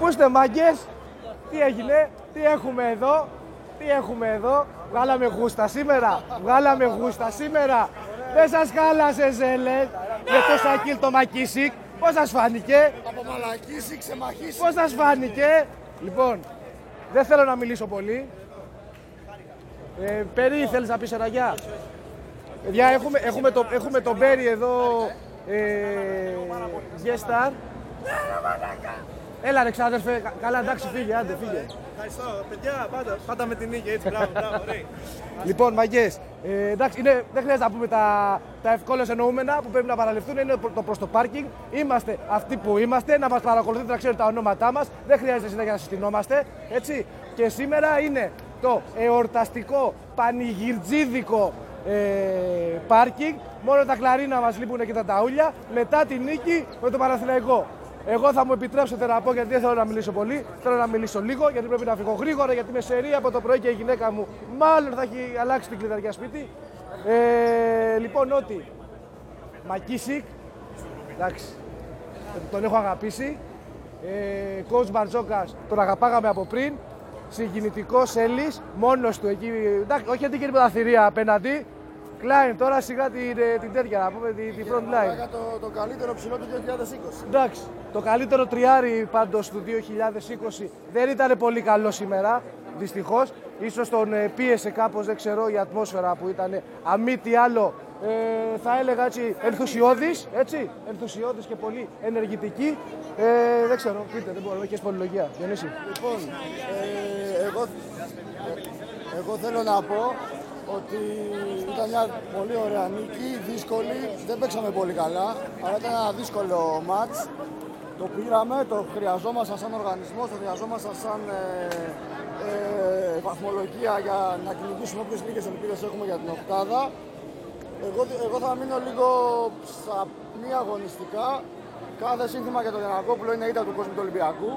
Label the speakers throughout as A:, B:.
A: Πούστε μάγκες, τι έγινε, τι έχουμε εδώ, τι έχουμε εδώ. Βγάλαμε γούστα σήμερα, βγάλαμε γούστα σήμερα. Δεν σας χάλασε ζέλε, με το σακίλ το μακίσικ. Πώς σας φάνηκε,
B: Από μαλακίσει, ξεμαχίσει.
A: πώς σας φάνηκε. Λοιπόν, δεν θέλω να μιλήσω πολύ. Ε, Περί, θέλεις να πεις αραγιά. Παιδιά, έχουμε, έχουμε, το, έχουμε τον Πέρι εδώ, ε, guest star. Έλα ρε ξάδερφε, κα- καλά εντάξει φύγε, άντε φύγε.
C: Ευχαριστώ. Παιδιά, πάντα, πάντα με την νίκη, έτσι, μπράβο, μπράβο, ωραία.
A: Λοιπόν, μαγκές, ε, εντάξει, είναι, δεν χρειάζεται να πούμε τα, τα ευκόλω εννοούμενα που πρέπει να παραληφθούν. Είναι προ- το προς το πάρκινγκ. Είμαστε αυτοί που είμαστε. Να μας παρακολουθείτε, να ξέρετε τα ονόματά μας. Δεν χρειάζεται συνέχεια να συστηνόμαστε. Έτσι. Και σήμερα είναι το εορταστικό πανηγυρτζίδικο ε, πάρκινγκ. Μόνο τα κλαρίνα μας λείπουν και τα ταούλια. Μετά τη νίκη με το Παναθηναϊκό. Εγώ θα μου επιτρέψετε να πω γιατί δεν θέλω να μιλήσω πολύ. Θέλω να μιλήσω λίγο γιατί πρέπει να φύγω γρήγορα. Γιατί με σερή από το πρωί και η γυναίκα μου μάλλον θα έχει αλλάξει την κλειδαριά σπίτι. Ε, λοιπόν, ότι Μακίσικ, εντάξει, τον έχω αγαπήσει. Ε, Coach Μπαρτζόκας, τον αγαπάγαμε από πριν. Συγκινητικός Έλλης, μόνος του εκεί. Εντάξει, όχι αντίκαιρη πρωταθλητρία απέναντι. Κλάιν, τώρα σιγά την, ε, την τέτοια, να πούμε, την, την front line.
B: Μαλάκα, το, το καλύτερο ψηλό του 2020.
A: Εντάξει, το καλύτερο τριάρι πάντως του 2020 δεν ήταν πολύ καλό σήμερα, δυστυχώς. Ίσως τον ε, πίεσε κάπως, δεν ξέρω, η ατμόσφαιρα που ήταν. Αμή τι άλλο, ε, θα έλεγα έτσι, ενθουσιώδης, έτσι, ενθουσιώδης και πολύ ενεργητική. Ε, δεν ξέρω, πείτε, δεν μπορώ, έχεις πολυλογία, Διονύση.
B: Λοιπόν, ε, εγώ, ε, εγώ θέλω να πω ότι ήταν μια πολύ ωραία νίκη, δύσκολη. Δεν παίξαμε πολύ καλά, αλλά ήταν ένα δύσκολο μάτς. Το πήραμε, το χρειαζόμασταν σαν οργανισμός, το χρειαζόμασταν σαν ε, ε, βαθμολογία για να κυνηγήσουμε όποιες νίκες ελπίδες έχουμε για την οκτάδα. Εγώ, εγώ θα μείνω λίγο στα μη αγωνιστικά. Κάθε σύνθημα για τον Γιανακόπουλο είναι ήττα του κόσμου του Ολυμπιακού.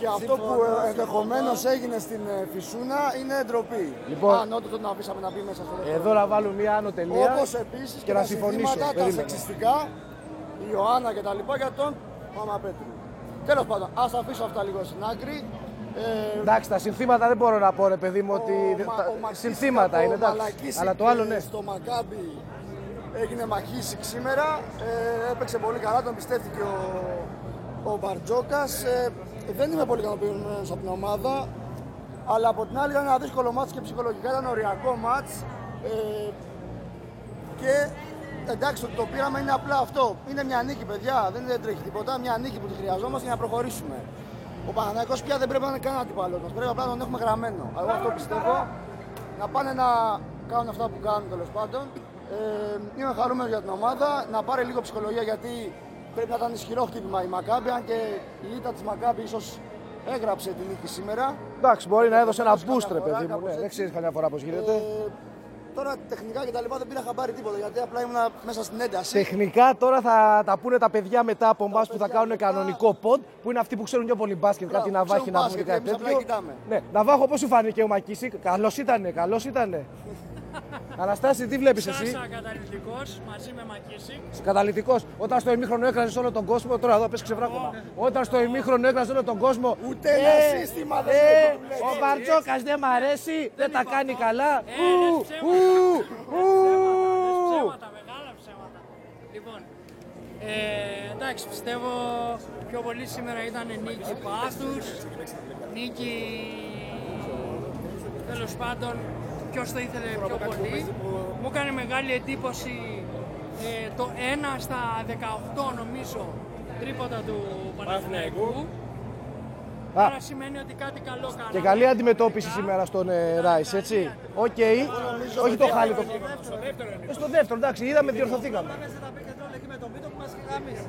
B: Και αυτό που ενδεχομένως έγινε στην ε, Φυσούνα είναι ντροπή.
A: Λοιπόν.
B: Αν ό,τι τον αφήσαμε να μπει μέσα στο δεύτερο.
A: Εδώ να βάλω μία άνω τελεία
B: Όπως επίσης
A: και να συμφωνήσω.
B: τα
A: περίμενε.
B: σεξιστικά, η Ιωάννα και τα λοιπά για τον Παπαπέτρου. Τέλος πάντων, ας αφήσω αυτά λίγο στην άκρη. Ε,
A: Εντάξει, τα συνθήματα δεν μπορώ να πω, ρε παιδί μου, ότι.
B: ο,
A: δεν-
B: Μα-
A: τα-
B: ο Μακίσικ
A: συνθήματα
B: από
A: είναι, εντάξει.
B: Μαλακίσικ,
A: Αλλά το άλλο,
B: ε,
A: ναι.
B: Στο Μακάμπι έγινε μαχίσικ σήμερα. Ε, έπαιξε πολύ καλά, τον πιστεύτηκε ο, ο Μπαρτζόκας. Ε, δεν είμαι πολύ ικανοποιημένος από την ομάδα. Αλλά από την άλλη ήταν ένα δύσκολο μάτς και ψυχολογικά ήταν οριακό μάτς. Ε, και εντάξει, ότι το πήραμε είναι απλά αυτό. Είναι μια νίκη, παιδιά. Δεν τρέχει τίποτα. Μια νίκη που τη χρειαζόμαστε για να προχωρήσουμε. Ο Παναναναϊκός πια δεν πρέπει να είναι κανένα αντιπαλό μας. Πρέπει απλά να τον έχουμε γραμμένο. Εγώ αυτό πιστεύω. Να πάνε να κάνουν αυτά που κάνουν τέλος πάντων. Ε, είμαι χαρούμενος για την ομάδα. Να πάρει λίγο ψυχολογία γιατί πρέπει να ήταν ισχυρό χτύπημα η Μακάμπη. Αν και η ήττα της Μακάμπη ίσως έγραψε την νίκη σήμερα.
A: Εντάξει, μπορεί να έδωσε ένα
B: Κάπως
A: boost, ρε
B: καμιά φορά,
A: παιδί μου.
B: κάπως
A: ναι. Δεν
B: έτσι.
A: ξέρεις καμιά φορά πώς γίνεται.
B: Ε, τώρα τεχνικά και τα λοιπά δεν πήρα χαμπάρι τίποτα γιατί απλά ήμουν μέσα στην ένταση.
A: Τεχνικά τώρα θα τα πούνε τα παιδιά μετά από εμάς που θα
B: παιδιά
A: κάνουν
B: μετά.
A: κανονικό ποντ που είναι αυτοί που ξέρουν πιο πολύ μπάσκετ, κάτι
B: Μπράβο,
A: να βάχει
B: ξέρουν
A: να βγουν
B: μπάσκετ,
A: κάτι
B: εμείς απλά
A: τέτοιο.
B: κοιτάμε.
A: Ναι, να βάχω πώς σου φάνηκε ο Μακίσικ. Καλός ήταν, καλό ήταν. Αναστάση, τι βλέπεις εσύ.
D: Σάσα καταληκτικός μαζί με Μακίση.
A: Καταλητικό. Όταν στο ημίχρονο έκραζες όλο τον κόσμο. Τώρα εδώ πες ξεβράκωμα. Όταν στο ημίχρονο έκραζες όλο τον κόσμο.
B: Ούτε ένα σύστημα δεν
A: ε,
B: είναι
A: Ο Μπαρτζόκας δεν μ' αρέσει, δεν τα κάνει καλά. Ου,
D: λες ψέματα.
A: ου,
D: Λες
A: ου.
D: Ψέματα, μεγάλα ψέματα. Λοιπόν, ε, εντάξει, πιστεύω πιο πολύ σήμερα ήταν νίκη πάθους, νίκη τέλος πάντων ποιος το ήθελε πιο πολύ. Μου έκανε μεγάλη εντύπωση ε, το 1 στα 18 νομίζω τρίποτα του Παναθηναϊκού.
A: Α.
D: Άρα σημαίνει ότι κάτι καλό κάναμε.
A: Και καλή αντιμετώπιση
D: Τελικά.
A: σήμερα στον ε, Ράις, έτσι. Οκ, όχι το χάλι το Ε, Στο δεύτερο, εντάξει, είδαμε, διορθωθήκαμε.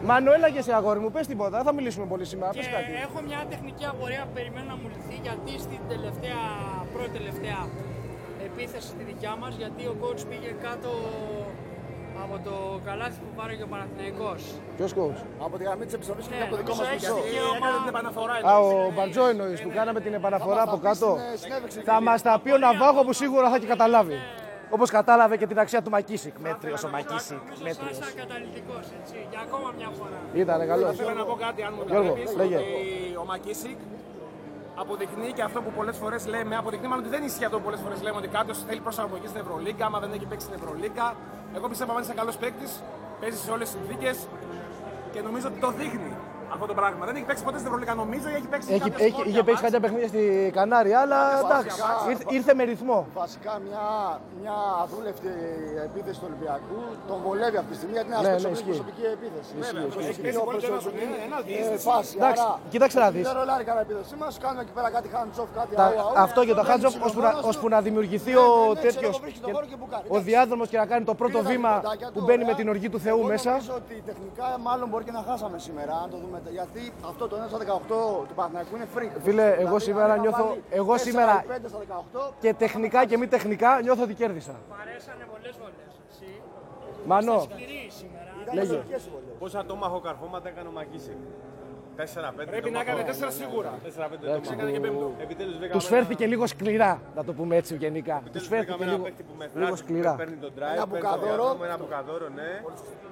A: Μανουέλα και σε αγόρι μου, πες τίποτα, δεν θα μιλήσουμε πολύ σήμερα,
D: Και
A: πες κάτι.
D: έχω μια τεχνική απορία που περιμένω να μου λυθεί γιατί στην τελευταία, πρώτη τελευταία επίθεση τη δικιά μας γιατί ο coach πήγε κάτω από το καλάθι που πάρει και ο Παναθηναϊκός.
A: Ποιος coach?
B: Από τη γραμμή της επιστροφής και
D: Ναι,
B: από το δικό μα
D: νομίζω
B: μισό.
D: έχει
A: Α,
D: δικαίωμα.
A: ο Μπαρτζό εννοείς που κάναμε την επαναφορά από κάτω.
B: Στην, ε, συνέβηξη
A: Θα
B: την
A: μας τα πει ο Ναβάχο που σίγουρα θα και καταλάβει. όπως κατάλαβε και την αξία του Μακίσικ. Μέτριο ο Μακίσικ.
D: Νομίζω
A: Μέτριος.
D: Σάσα καταλητικός, έτσι, για ακόμα μια φορά.
A: Ήταν καλό.
E: Θέλω να πω κάτι, αν μου
A: Γιώργο,
E: επιτρέπεις,
A: λέγε.
E: ότι ο Μακίσικ αποδεικνύει και αυτό που πολλές φορές λέμε, αποδεικνύει μάλλον ότι δεν ισχύει αυτό που πολλές φορές λέμε, ότι κάποιος θέλει προσαρμογή στην Ευρωλίγκα, άμα δεν έχει παίξει στην Ευρωλίγκα. Εγώ πιστεύω ότι είναι καλός παίκτης, παίζεις σε όλες τις συνθήκες και νομίζω ότι το δείχνει αυτό το πράγμα. Δεν έχει παίξει ποτέ στην Ευρωλίγκα, νομίζω, ή έχει παίξει
A: Έχει,
E: κάποια
A: έχει,
E: σπόρια
A: είχε παίξει
E: μάτς.
A: κάποια παιχνίδια στη Κανάρια, αλλά εντάξει,
B: βάζει,
A: ήρθε, ήρθε με ρυθμό.
B: Βασικά μια, μια αδούλευτη επίθεση του Ολυμπιακού τον βολεύει αυτή τη στιγμή γιατί είναι
A: Ναι, ναι,
B: αστόχος από την
A: ισχύει.
B: προσωπική επίθεση. Ναι,
A: Ισχύει, ισχύει.
E: Έχει παίξει πολύ και ένας στον ένα, ένα διείσδυση.
B: Ε, φάση.
A: Εντάξει,
B: άρα,
A: κοίταξε να δεις.
B: Δεν ρολάρει κανένα επίθεση μας, κάνουμε εκεί πέρα κάτι hands off, κάτι
A: Τα-
B: αού, αού.
A: αυτό για το
B: Παίρνει
A: Χάντζοφ, ώσπου να,
B: ψηλό
A: ώσπου
B: του.
A: να δημιουργηθεί
B: Ναι, ναι,
A: ο
B: ναι, ξέρω,
A: τέτοιος.
B: εγώ βρίσκει τον χώρο και μπουκάρει.
A: Ο
B: Εντάξει.
A: διάδρομος και να κάνει το πρώτο
B: Πήρε τα
A: βήμα
B: λεπτάκια
A: που
B: του,
A: μπαίνει
B: ωραία.
A: με την οργή του Θεού
B: Εγώ
A: μέσα.
B: Νομίζω ότι τεχνικά μάλλον μπορεί και να χάσαμε σήμερα, αν το δούμε. Γιατί αυτό το 1 στα 18 του Παναθηναϊκού είναι freak.
A: Φίλε, εγώ
B: Δηλαδή, αν
A: σήμερα
B: είχα
A: νιώθω-
B: βάλει
A: εγώ
B: 4 ή
A: σήμερα-
B: 5 στα 18,
A: Και τεχνικά και μη τεχνικά νιώθω ότι κέρδισα.
D: Μ' αρέσανε πολλές βολές, έτσι.
A: Μανώ,
D: Σκληρή σήμερα.
B: ήταν
A: λέγε.
B: προσωπικές οι βολές.
C: Πόσα τόμαχο καρφώματα έκανε ο Μακίσικ. 4-5.
E: Πρέπει να έκανε τέσσερα σίγουρα.
C: 4-5 τόμαχο.
E: και πέμπτο.
C: Επιτέλου
A: του φέρθηκε λίγο σκληρά, να το πούμε έτσι γενικά. Τους φέρθηκε λίγο, λίγο σκληρά.
C: Παίρνει τον drive,
B: Ένα
C: παίρνει
B: μπουκαδόρο.
C: το διάδρομο, ένα μπουκαδόρο, ναι.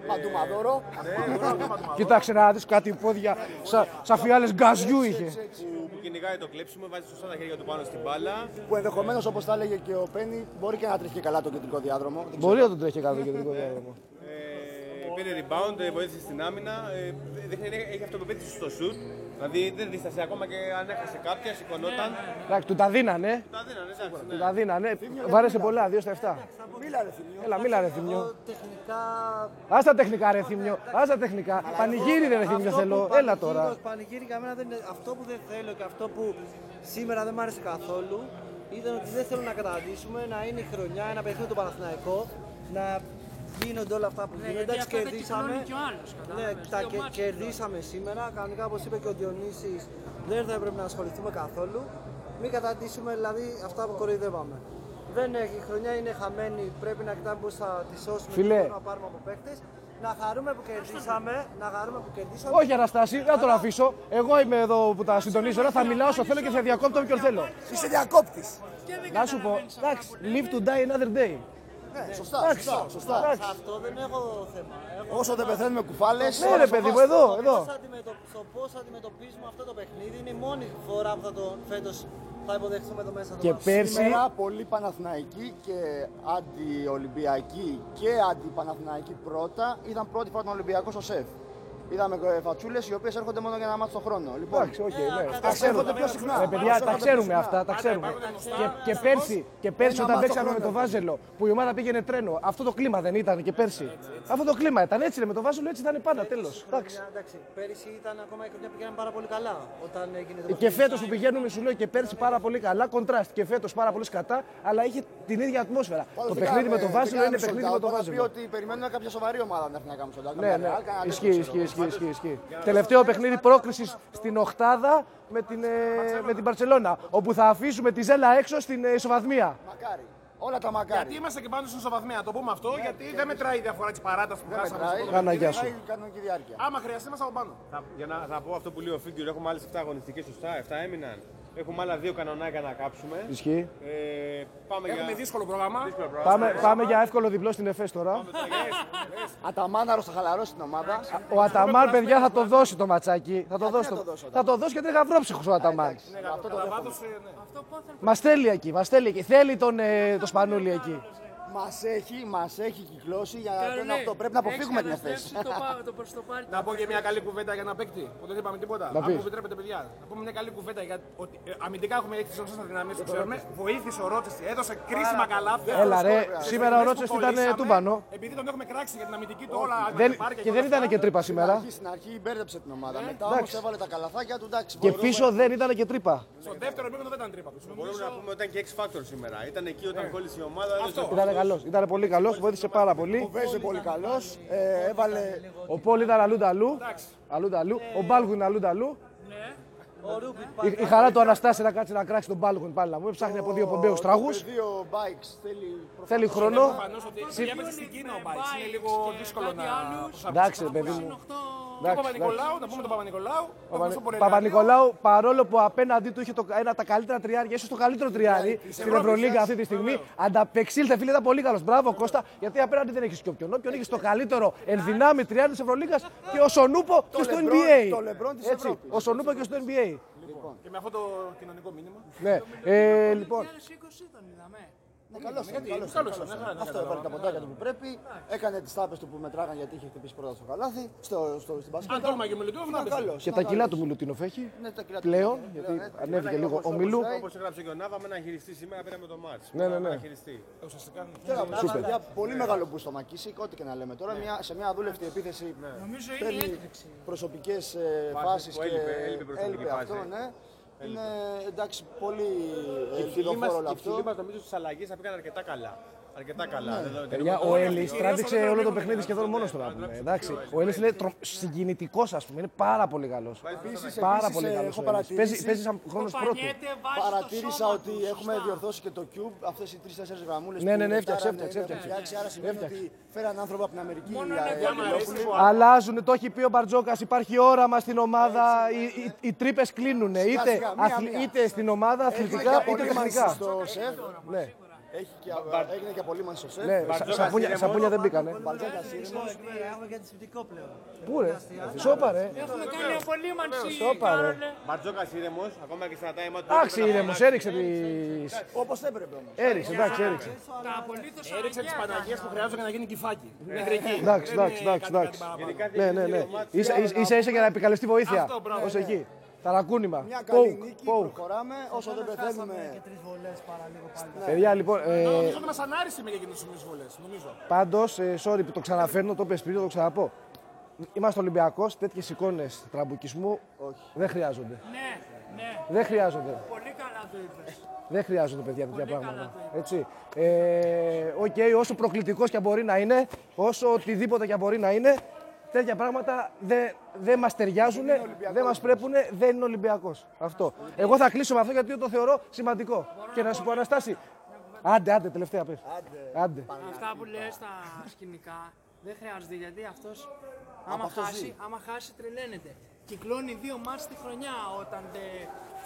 B: Παντουμαδόρο.
C: Ναι, ωραίο βήμα του Μαδόρα
A: Κοίταξε να δεις κάτι πόδια, σαν σα φιάλες γκαζιού είχε.
C: που- που κυνηγάει το κλέψιμο, βάζει σωστά τα χέρια του πάνω στην μπάλα.
B: Που ενδεχομένως, όπως τα έλεγε και ο Πένι, μπορεί και να τρέχει και καλά τον κεντρικό διάδρομο. Δεν ξέρω.
A: Μπορεί να τον τρέχει κάτω το κεντρικό διάδρομο.
C: Ε, πήρε rebound, ε, βοήθησε στην άμυνα. Ε, δείχνει, ε, έχει αυτοπεποίθηση στο σουτ. Δηλαδή δεν δίστασε ακόμα και αν έχασε κάποια, σηκωνόταν.
E: Ναι,
A: Εντάξει, του τα δίνανε.
C: Τα δίνανε, εντάξει.
A: Του
C: ναι.
A: τα δίνανε. Βάρεσε πολλά, 2 στα 7.
B: Μίλα, ρε Θημίο.
A: Έλα, μίλα ρε Θημιό.
F: Εγώ Τεχνικά.
A: Ας τα τεχνικά ρε Θήμιο, ας τα τεχνικά. Πανηγύρι ρε Θήμιο
F: Αυτό
A: θέλω,
F: που
A: έλα
F: πανηγύρι-
A: τώρα.
F: Πανηγύρι για μένα δεν είναι. Αυτό που δεν θέλω και αυτό που σήμερα δεν μ' άρεσε καθόλου ήταν ότι δεν θέλω να καταδίσουμε, να είναι η χρονιά, ένα παιχνίδι το Παναθηναϊκό, να γίνονται όλα αυτά που γίνονται.
D: Ναι, γιατί
F: Εντάξει,
D: αυτά τα
F: κερδίσαμε.
D: κυκλώνει και ο άλλος, κατάλαβες.
F: Ναι, τα
D: Δύο
F: κε-
D: μάτς
F: κερδίσαμε σήμερα. Κανονικά, όπως είπε και ο Διονύσης, δεν θα έπρεπε να ασχοληθούμε καθόλου. Μην καταντήσουμε δηλαδή αυτά που κοροϊδεύαμε. Δεν έχει, η χρονιά είναι χαμένη. Πρέπει να κοιτάμε πώς θα τη σώσουμε.
A: Φίλε.
F: τι μπορούμε Να πάρουμε από παίκτες. Να χαρούμε που κερδίσαμε. Να χαρούμε που κερδίσαμε.
A: Όχι Αναστάση, δεν θα τον αφήσω. Εγώ είμαι εδώ που τα συντονίζω, ρε, θα μιλάω όσο θέλω και θα διακόπτω όποιον θέλω.
B: Είσαι διακόπτης.
D: Και δεν
A: Να σου πω,
D: καταλαβαίνεις αυτά
A: εντάξει,
D: που λένε.
A: live to die another day.
B: Ναι, σωστά, σωστά. σωστά.
A: εντάξει.
F: Αυτό δεν έχω θέμα. Έχω
B: Όσο δεν πεθαίνουμε κουφάλες.
A: Ναι ρε παιδί μου, εδώ,
F: το
A: εδώ.
F: Πώς αντιμετω- το πώς αντιμετωπίζουμε αυτό το παιχνίδι είναι η μόνη φορά που θα το φέτος θα υποδεχθούμε εδώ μέσα. το
A: Και
F: μάτς.
A: πέρσι,
B: Σήμερα πολύ Παναθηναϊκή και αντιολυμπιακή και αντιπαναθηναϊκή πρώτα. Ήταν πρώτη φορά τον Ολυμπιακό στο σεφ. Είδαμε φατσούλες οι οποίες έρχονται μόνο για να μάθουν τον χρόνο. Λοιπόν,
A: εντάξει, οκ, ναι.
F: Ε,
A: Τα ξέρουμε.
B: έρχονται πιο συχνά.
A: Ρε παιδιά, τα
B: Έρχονται
A: ξέρουμε
B: πιο συχνά.
A: αυτά, τα ξέρουμε. Και- Και πέρσι, και πέρσι
B: Ένα
A: όταν
B: μάτσο
A: παίξαμε με
B: χρόνο.
A: το Βάζελο, που η ομάδα πήγαινε τρένο, αυτό το κλίμα δεν ήταν και πέρσι. Αυτό το κλίμα ήταν έτσι, ρε, με το Βάζελο έτσι ήταν πάντα, τέλος.
F: Χρονιά,
A: Εντάξει.
F: εντάξει. Πέρυσι ήταν ακόμα η χρονιά που πήγαιναν πάρα πολύ καλά. Όταν έγινε το
A: Και
F: παιχνίδι.
A: φέτος που πηγαίνουμε, σου λέω και πέρσι πάρα πολύ καλά, κοντράστ. Και φέτος πάρα πολύ σκατά, αλλά είχε την ίδια ατμόσφαιρα.
B: Πάντως
A: το
B: ε, δεν
A: παιχνίδι με
B: κάναμε-
A: το
B: δεν
A: Βάζελο είναι
B: κάναμε
A: παιχνίδι
B: sold out.
A: με το
B: Πάντα πει
A: Βάζελο.
B: ότι περιμένουν κάποια σοβαρή ομάδα να έρθει να κάνουν sold out.
A: Ναι,
B: Καμιά
A: ναι.
B: Real, κανένα
A: Ισχύει,
B: τέτοιο,
A: ισχύει,
B: ξέρω.
A: ισχύει, ισχύει, ισχύει. Τελευταίο παιχνίδι πρόκρισης στην Οχτάδα με την, ε, με την Παρσελώνα. Όπου θα αφήσουμε τη Ζέλα έξω στην ε, ισοβαθμία.
B: Μακάρι. Όλα τα μακάρι.
E: Γιατί είμαστε και πάνω στην ισοβαθμία, να το πούμε
A: Ναι.
E: αυτό, γιατί δεν μετράει η διαφορά της παράτασης που
B: Δεν
E: χάσαμε.
B: μετράει.
E: στο πρώτο.
A: Παναγιά σου.
B: Μετράει η κανονική διάρκεια.
E: Άμα χρειαστεί, είμαστε από πάνω.
C: Θα, για να θα πω αυτό που λέει ο Φίγκιουρ, έχουμε άλλες 7 αγωνιστικές σωστά, 7 έμειναν. Έχουμε άλλα δύο κανονάκια να κάψουμε.
A: Ισχύει.
C: Ε, πάμε
E: Έχουμε
C: για.
E: δύσκολο πρόγραμμα.
C: δύσκολα πράγματα.
A: Πάμε, πάμε για εύκολο διπλό στην Εφές τώρα.
B: Αταμάναρο θα χαλαρώσει την ομάδα.
A: Ο Αταμάν, παιδιά, θα το δώσει το ματσάκι. Θα το δώσει.
B: να
A: το-
B: το δώσω,
A: Θα το δώσει και τρέχα βρόψυχο ο Αταμάν.
B: Εντάξει, ναι, Αυτό το
E: Κατά
B: δέχομαι.
E: βάθος, ε, ναι.
D: Αυτό πότε θα
A: Μας θέλει εκεί, μας θέλει εκεί. Θέλει τον, ε, το σπανούλι εκεί.
B: Μας έχει, μας έχει κυκλώσει για να
D: Καρολέ,
B: κάνει αυτό. Πρέπει να αποφύγουμε την
D: έχεις
B: θέση.
D: καταστρέψει το πα- το προς το πάρτι.
E: Να πω και μια καλή κουβέντα για ένα παίκτη που δεν είπαμε τίποτα.
A: Να
E: Αν
A: πεις.
E: μου επιτρέπετε, παιδιά, να πούμε μια καλή κουβέντα για ότι ε, αμυντικά έχουμε έχεις τι ομάδε αδυναμίε που ξέρουμε. Βοήθησε ο Ρότσεστη, έδωσε κρίσιμα καλά.
A: Έλα, ρε, σήμερα ο Ρότσεστη ήταν, ε, τούμπανο.
E: Επειδή τον έχουμε κράξει για την αμυντική του όλα.
A: Δεν-
E: τα πάρκια
A: και δεν
E: όλα
A: ήταν και
E: αυτά.
A: τρύπα
B: Στην
A: σήμερα.
B: αρχή, στην αρχή μπέρδεψε την ομάδα. Μετά όμως
A: εντάξει.
B: έβαλε τα καλαθάκια του. Εντάξει,
A: Και
B: μπορούμε-
A: πίσω δεν ήταν και τρύπα.
E: Στο δεύτερο επίπεδο δεν ήταν τρύπα.
C: Μπορούμε να πούμε ότι ήταν και X-Factor σήμερα. Ήταν εκεί όταν κόλλησε η ομάδα. έδωσε
E: Ε, Αυτό.
A: Ήταν καλό, ήταν πολύ καλός, βοήθησε πάρα πολύ.
B: Ο Βέζε πολύ καλός. έβαλε.
A: Ο Πολ ήταν αλλού ταλού. Αλλού ταλού. Ο Μπάλγουν αλλού ταλού.
D: Ναι.
F: Ο Ρούμπι
A: Η, η χαρά του Αναστάση να κάτσει να κράξει τον Μπάλγουν πάλι να μου ψάχνει από δύο πομπέους τραγού.
B: Το Δύο bikes θέλει
A: Θέλει χρόνο.
E: Προφανώς ότι διάβασε στην Κίνα ο Μπάιτ. Είναι λίγο
D: και
E: δύσκολο
D: κάτι
E: να.
D: άλλους.
E: προσαρμοστεί.
A: Εντάξει, ρε παιδί μου.
D: Συν οκτώ
E: Τον
A: εντάξει.
E: Παπα-Νικολάου, να πούμε τον Παπα-Νικολάου. τον Χρήστο Πορενάκη.
A: Παπα-Νικολάου, παρόλο που απέναντί του είχε το, ένα από τα καλύτερα τριάρια, ίσως το καλύτερο
B: Ναι,
A: τριάρι
E: της
A: στην
E: Ευρώπης,
A: Ευρωλίγα
E: εντάξει,
A: αυτή τη στιγμή,
E: βεβαίως.
A: ανταπεξήλθε φίλε, ήταν πολύ καλός. Μπράβο Κώστα, γιατί απέναντι δεν έχεις και όποιον. Όποιον έχεις το καλύτερο εν δυνάμει τριάρι της Ευρωλίγας και ο Σονούπο και στο
B: LeBron-
A: NBA.
B: το LeBron της
A: Έτσι,
B: Ευρώπης.
A: Ο Σονούπο και στο NBA.
E: Και με αυτό το κοινωνικό μήνυμα.
A: Ναι, ε, λοιπόν.
D: 2020 τον είδαμε.
B: Ναι, καλό ήταν.
E: γιατί,
B: καλός
E: καλός
B: ήταν,
E: ήταν,
B: καλός
E: ναι,
B: ήταν.
E: ναι,
B: Αυτό
E: κατάλαβα.
B: έβαλε τα ποντάκια του που πρέπει. Έκανε τις τάπες του που μετράγαν γιατί είχε χτυπήσει πρώτα στο καλάθι. Στο, στο, στην μπασκέτα.
E: ναι. Αν τόλμαγε ο Μιλουτίνοφ, να
B: Ήταν
E: μπες.
B: καλός,
A: Και τα
B: ήταν
A: κιλά
B: καλός.
A: του Μιλουτίνοφ έχει.
B: Ναι, τα κιλά του
A: Πλέον,
B: Μιλουτίνοφ,
A: γιατί
B: πλέον, έτσι.
A: ανέβηκε λίγο ο
B: Όπως-
A: Μιλού.
B: όπως λέει,
C: Όπως έγραψε και ο Νάβα, με ένα χειριστή σήμερα πήραμε το μάτς.
A: Ναι, ναι,
C: Με
A: ναι.
C: ένα χειριστή.
E: Ουσιαστικά.
B: Και ένα παιδιά, πολύ μεγάλο που στο Μακίσικ, ό,τι και να λέμε τώρα, μια, σε μια αδούλευτη επίθεση
D: Νομίζω είναι η
B: παίρνει
D: έκρηξη.
B: προσωπικές
C: Φάσεις
B: φάσεις
C: που
B: και
C: έλειπε, έλειπε προσωπική
B: έλειπε
C: φάση.
B: αυτό, ναι. Είναι εντάξει, πολύ
C: Και οι φίλοι μας-
B: ελπιδοφόρο όλο
C: και οι
B: αυτό.
C: φίλοι μας νομίζω στι αλλαγέ θα πήγαν αρκετά καλά. Αρκετά καλά.
A: Ναι.
C: Δεν- δεν-
A: Παιδιά,
C: δεν-
A: ο
C: δεν-
A: Έλλη
C: δεν-
A: τράβηξε όλο το παιχνίδι σχεδόν μόνος του να πούμε. Εντάξει, ο Έλλης είναι συγκινητικός, ας πούμε. Είναι πάρα πολύ καλός.
B: Επίσης,
A: Πάρα
B: επίσης,
A: πολύ
B: ε,
A: καλός.
B: έχω παρατηρήσει-
A: Παίζει σαν χρόνος πρώτου.
D: Κοπανιέται, βάζει το
B: Παρατήρησα
D: σώμα
B: ότι
D: του,
B: έχουμε
D: σωστά.
B: διορθώσει και το Cube, αυτές οι τρει-τέσσερι γραμμούλες.
A: Ναι, ναι, ναι, έφτιαξε, έφτιαξε, έφτιαξε.
B: Άρα σημαίνει
A: Έφτιαξε.
B: ότι φέραν άνθρωπο από την Αμερική.
D: Μόνο
B: ε,
D: ένα
B: ε,
D: γκολ
B: Λόπουλη.
E: αρέσει που
A: Αλλάζουν, το έχει πει ο Μπαρτζόκας. Υπάρχει όραμα στην ομάδα. οι- οι- Οι τρύπες κλείνουν. Είτε,
B: ναι. σιγά, μία,
A: αθλη-
B: μία.
A: είτε στην ομάδα αθλητικά
B: Έχει
A: είτε
B: και απολύμανση
A: τεχνικά.
B: Στο σεφ.
A: Ναι,
B: Έχει και, έγινε και απολύμανση στο σεφ.
A: ναι, σα-
C: Μπαρτζόκας
A: σαπούνια,
C: είναι
A: σαπούνια δεν μπήκανε.
B: Μπαρτζόκας είναι.
F: Έχουμε και αντισηπτικό πλέον.
A: Πού ρε, σώπα ρε.
D: Έχουμε κάνει απολύμανση,
A: Σώπα, ρε.
D: Κάρολε.
C: Μπαρτζόκας ήρεμος, ακόμα και στα τάιμα του.
A: Εντάξει,
C: έπρεπε να
A: ήρεμο,
C: αλλάξει.
A: έριξε τις...
B: Όπως έπρεπε όμως.
A: Έριξε, εντάξει, έριξε.
D: Τα απολύτως
E: Έριξε τις
D: αναγκαία
E: Παναγίες που χρειάζονται για να γίνει κυφάκι. Μέχρι εκεί.
A: Εντάξει,
E: Δεν
A: εντάξει,
E: είναι
A: εντάξει, εντάξει.
E: Ε, ναι, κάτι- κάτι παραπάνω.
C: Γενικά
A: Ναι, ναι, ναι. Ίσα ίσα- ίσα για να επικαλεστεί βοήθεια.
E: Αυτό, μπράβο. ναι.
A: Ως εκεί. Ταρακούνημα.
B: Μια καλή
A: Πόουκ,
B: νίκη,
A: πόουκ.
B: προχωράμε. Όσο δεν πεθαίνουμε.
F: Και τρεις βολές παρά λίγο πάλι.
A: Παιδιά, λοιπόν, ε,
E: Νομίζω ότι μας ανάρισε με για εκείνε τι ομιλίε. Νομίζω.
A: Πάντως, sorry που το ξαναφέρνω, το είπε πριν, το ξαναπώ. Είμαστε Ολυμπιακός, τέτοιες εικόνες τραμπουκισμού δεν χρειάζονται.
D: Ναι, ναι.
A: Δεν χρειάζονται.
D: Πολύ καλά το είπες.
A: Δεν χρειάζονται, παιδιά, τέτοια
D: Πολύ καλά
A: πράγματα.
D: το
A: Έτσι. Ε, Οκ, όσο προκλητικός και αν μπορεί να είναι, όσο οτιδήποτε και αν μπορεί να είναι, τέτοια πράγματα δεν δεν μα ταιριάζουν, δεν μα πρέπει, δεν είναι Ολυμπιακός. Αυτό. Εγώ θα κλείσω με αυτό γιατί το θεωρώ σημαντικό. Και να σου πω, Αναστάση. Άντε, άντε, τελευταία πες. Άντε.
D: Αυτά που λες τα σκηνικά δεν χρειάζονται γιατί αυτός άμα χάσει, άμα χάσει τρελαίνεται. Κυκλώνει δύο μάτς τη χρονιά όταν τε,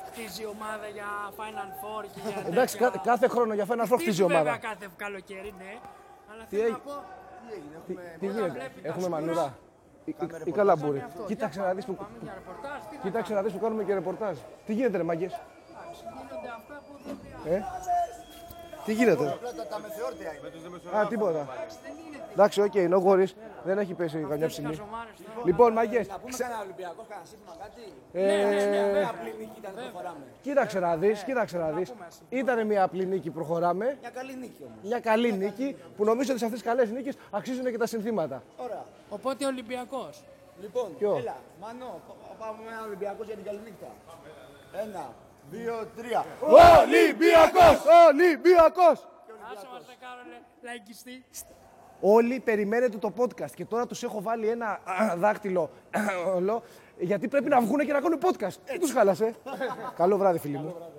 D: χτίζει η ομάδα για Final Four και για
A: Εντάξει,
D: τέτοια.
A: κα- κάθε χρόνο για φένα
D: Χτίζει
A: χτίζει η ομάδα.
D: βέβαια κάθε καλοκαίρι, ναι. Αλλά θέλω να
A: έγινε?
D: πω,
A: Τι, τι γίνεται,
D: βλέπει τα
A: έχουμε
D: σκούρα.
A: μανούρα. Ή- ή- Ή καλαμπούρη.
D: αυτό,
A: Κοίταξε
D: για
A: να δεις που,
D: πάμε για ρεπορτάζ, τι να
A: κοίταξε να δεις που κάνουμε και ρεπορτάζ. Τι γίνεται ρε μάγκες.
D: κάνουμε, γίνονται αυτά που δεν χρειάζονται.
A: Ε? Τι γίνεται.
B: Απλά τα- Τα μεθεόρτια είναι.
A: Α, τίποτα.
D: Δεν είναι
A: Εντάξει, οκ, είναι ο Γόρης. Δεν έχει πέσει καμιά
D: τέτοιες
A: ψηλή.
D: καζομάρες τώρα.
A: Λοιπόν, μάγκες,
G: πούμε κανένα Ολυμπιακός, κανένα σύμφωνα, κάτι.
D: Ναι, ναι, ναι, ναι.
G: Μια απλή νίκη ήταν, προχωράμε.
A: κοίταξε να δεις, κοίταξε να δεις. Ήταν μια απλή νίκη, προχωράμε.
G: Μια καλή νίκη όμως.
A: Μια καλή νίκη που νομίζω ότι σε αυτές τις καλές νίκες αξίζουν και τα συνθήματα.
G: Ωραία.
D: Οπότε Ολυμπιακός.
G: Λοιπόν,
A: Ποιο?
G: έλα, Μανώ, πα- πάμε με ένα Ολυμπιακό για την καλή νύχτα.
B: Ένα, δύο, τρία.
A: Ολυμπιακός! Ολυμπιακός!
D: Άσε μας τα Κάρολε, λαϊκιστή.
A: Όλοι περιμένετε το podcast και τώρα τους έχω βάλει ένα ε, α, δάκτυλο όλο, γιατί πρέπει να βγουν και να κάνουν podcast. Τι τους χάλασε. Καλό βράδυ φίλοι μου.